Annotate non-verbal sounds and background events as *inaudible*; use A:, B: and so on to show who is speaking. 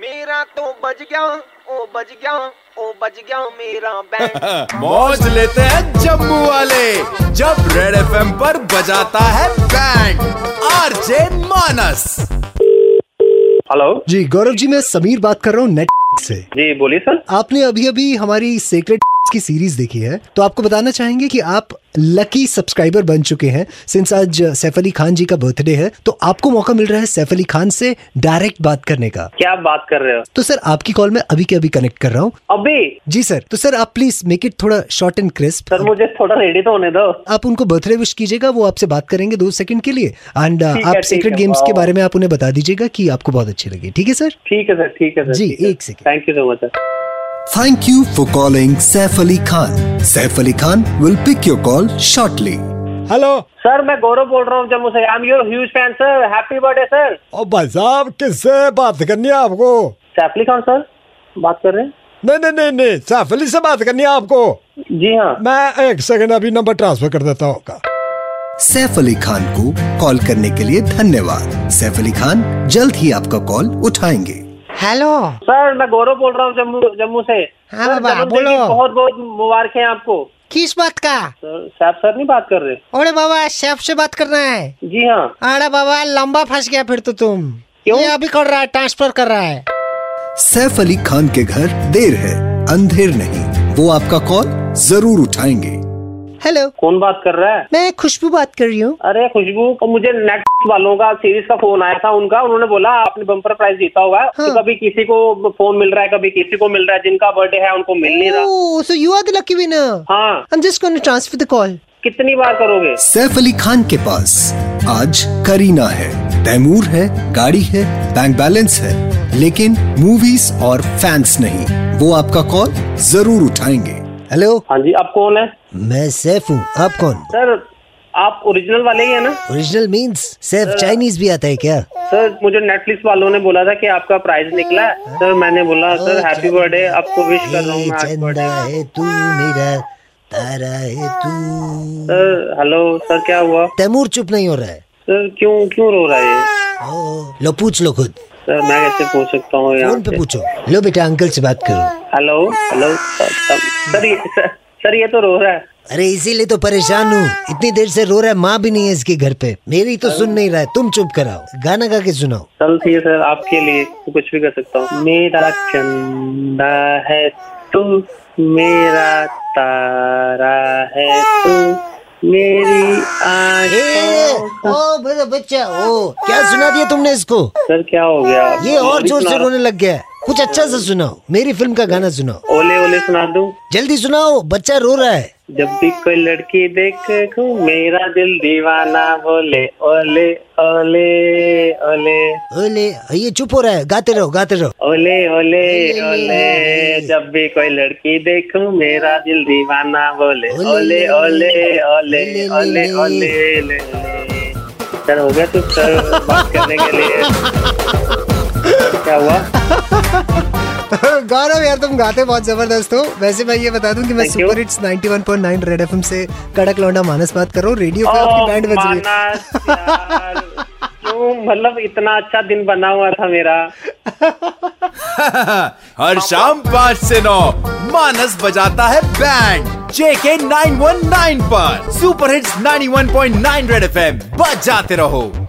A: मेरा तो बज गया ओ बज गया ओ बज गया मेरा बैंड
B: मौज लेते हैं जम्मू वाले जब रेड एफएम पर बजाता है band RJ Manas
C: hello
D: ji Gaurav ji मैं समीर बात कर रहा हूँ नेट से
C: जी बोलिए सर
D: आपने अभी अभी हमारी सेक्रेट की सीरीज देखी है तो आपको बताना चाहेंगे कि आप लकी सब्सक्राइबर बन चुके हैं सिंस आज सैफ अली खान जी का बर्थडे है तो आपको मौका मिल रहा है सैफ अली खान से डायरेक्ट बात करने का
C: क्या बात कर रहे हो
D: तो सर आपकी कॉल में अभी के अभी कनेक्ट कर रहा हूँ
C: अभी
D: जी सर तो सर आप प्लीज मेक इट थोड़ा शॉर्ट एंड क्रिस्प
C: सर मुझे थोड़ा रेडी तो होने दो
D: आप उनको बर्थडे विश कीजिएगा वो आपसे बात करेंगे दो सेकंड के लिए एंड
C: ठीक
D: आप
C: है, ठीक
D: सीक्रेट
C: है,
D: गेम्स के
C: वाह।
D: बारे में आप उन्हें बता दीजिएगा कि आपको बहुत अच्छी लगी ठीक है सर
C: ठीक है सर ठीक है सर
D: जी,
C: ठीक है।
D: एक second.
C: Thank you so much sir
B: thank you for calling Saif Ali Khan Saif Ali Khan will pick your call shortly
E: hello
C: sir मैं गौरव बोल रहा हूँ जम्मू से I am your huge fan sir happy birthday sir
E: और भाई साहब किससे बात करनी है आपको
C: सैफली खान सर बात कर रहे हैं
E: नहीं नहीं नहीं नहीं सैफ अली से बात करनी है आपको
C: जी हाँ
E: मैं एक सेकंड अभी नंबर ट्रांसफर कर देता हूँ आपका
B: सैफ अली खान को कॉल करने के लिए धन्यवाद सैफ अली खान जल्द ही आपका कॉल उठाएंगे
F: हेलो
C: सर मैं गौरव बोल रहा हूँ जम्मू जम्मू से
F: हाँ
C: सर,
F: बाबा,
C: जन्मदिन की
F: बोलो।
C: बहुत बहुत मुबारक है आपको
F: किस बात का
C: सर सैफ सर नहीं बात कर रहे
F: अरे बाबा शेफ से बात करना है
C: जी हाँ
F: अरे बाबा लंबा फंस गया फिर तो तुम
C: क्यों?
F: ये अभी कर रहा है ट्रांसफर कर रहा है
B: सैफ अली खान के घर देर है अंधेर नहीं वो आपका कॉल जरूर उठाएंगे
F: हेलो
C: कौन बात कर रहा है
F: मैं खुशबू बात कर रही हूँ
C: अरे खुशबू को मुझे नेट वालों का सीरीज का फोन आया था उनका उन्होंने बोला आपने बम्पर प्राइज जीता हुआ है तो
F: हाँ।
C: कभी किसी को फोन मिल रहा है कभी किसी को मिल रहा है जिनका बर्थडे है उनको मिल नहीं रहा
F: Oh, so you are the lucky winner.
C: हाँ
F: I'm just going to transfer the call.
C: कितनी बार करोगे
B: सैफ अली खान के पास आज करीना है तैमूर है गाड़ी है बैंक बैलेंस है लेकिन मूवीज और फैंस नहीं वो आपका कॉल जरूर उठाएंगे
D: हेलो
C: हाँ जी आप कौन है
D: मैं सैफ हूँ आप कौन
C: सर आप ओरिजिनल वाले ही है ना
D: ओरिजिनल मींस सैफ चाइनीज भी आता है क्या
C: सर मुझे नेटफ्लिक्स वालों ने बोला था कि आपका प्राइज निकला है सर मैंने बोला सर हैप्पी बर्थडे आपको विश कर रहा हूँ मैं आज birthday।
D: है तू मेरा तारा है तू
C: सर हेलो सर क्या हुआ
D: तैमूर चुप नहीं हो रहा है
C: सर क्यों क्यों रो रहा है ये
D: ओ, लो पूछ लो खुद
C: सर मैं कैसे पूछ सकता हूँ यहाँ
D: फोन पे
C: से?
D: पूछो लो बेटा अंकल से बात करो
C: हेलो हेलो सर सर ये सर- सर ये तो रो रहा है
D: अरे इसीलिए तो परेशान हूँ इतनी देर से रो रहा है माँ भी नहीं है इसके घर पे मेरी तो सुन नहीं रहा है तुम चुप कराओ गाना गा के सुनाओ
C: चल ठीक है सर आपके लिए तो कुछ भी कर सकता हूँ मेरा चंदा है तू मेरा तारा है तू मेरी
D: ए,
C: आँखों
D: ओ मेरा बच्चा ओ क्या सुना दिया तुमने इसको
C: सर क्या हो गया
D: ये और
C: ओली
D: जोर
C: सुना
D: से रोने लग गया है। कुछ अच्छा सा सुनाओ मेरी फिल्म का गाना सुनाओ
C: ओले ओले सुना दूं
D: जल्दी सुनाओ बच्चा रो रहा है
C: जब भी कोई लड़की देखूं मेरा दिल दीवाना बोले ओले ओले ओले
D: ओले ये चुप हो रहा है गाते रहो गाते रहो
C: ओले ओले ओले जब भी कोई लड़की देखूं मेरा दिल दीवाना बोले ओले ओले ओले ओले ओले ओले सर हो गया तो सर बात करने के लिए क्या हुआ
D: *laughs* गौरव यार तुम गाते बहुत जबरदस्त हो वैसे मैं ये बता दूं कि मैं
C: Thank you.
D: Super hits 91.9 red FM से कड़क लौंडा मानस बात कर रहा हूँ रेडियो पे
C: ओ,
D: आपकी बैंड बज रही है
C: मानस यार, क्यों मतलब इतना अच्छा दिन बना हुआ था मेरा
B: *laughs* हर शाम पाँच से नौ मानस बजाता है band JK nine one nine पर super hits nine one point nine red F M बजाते रहो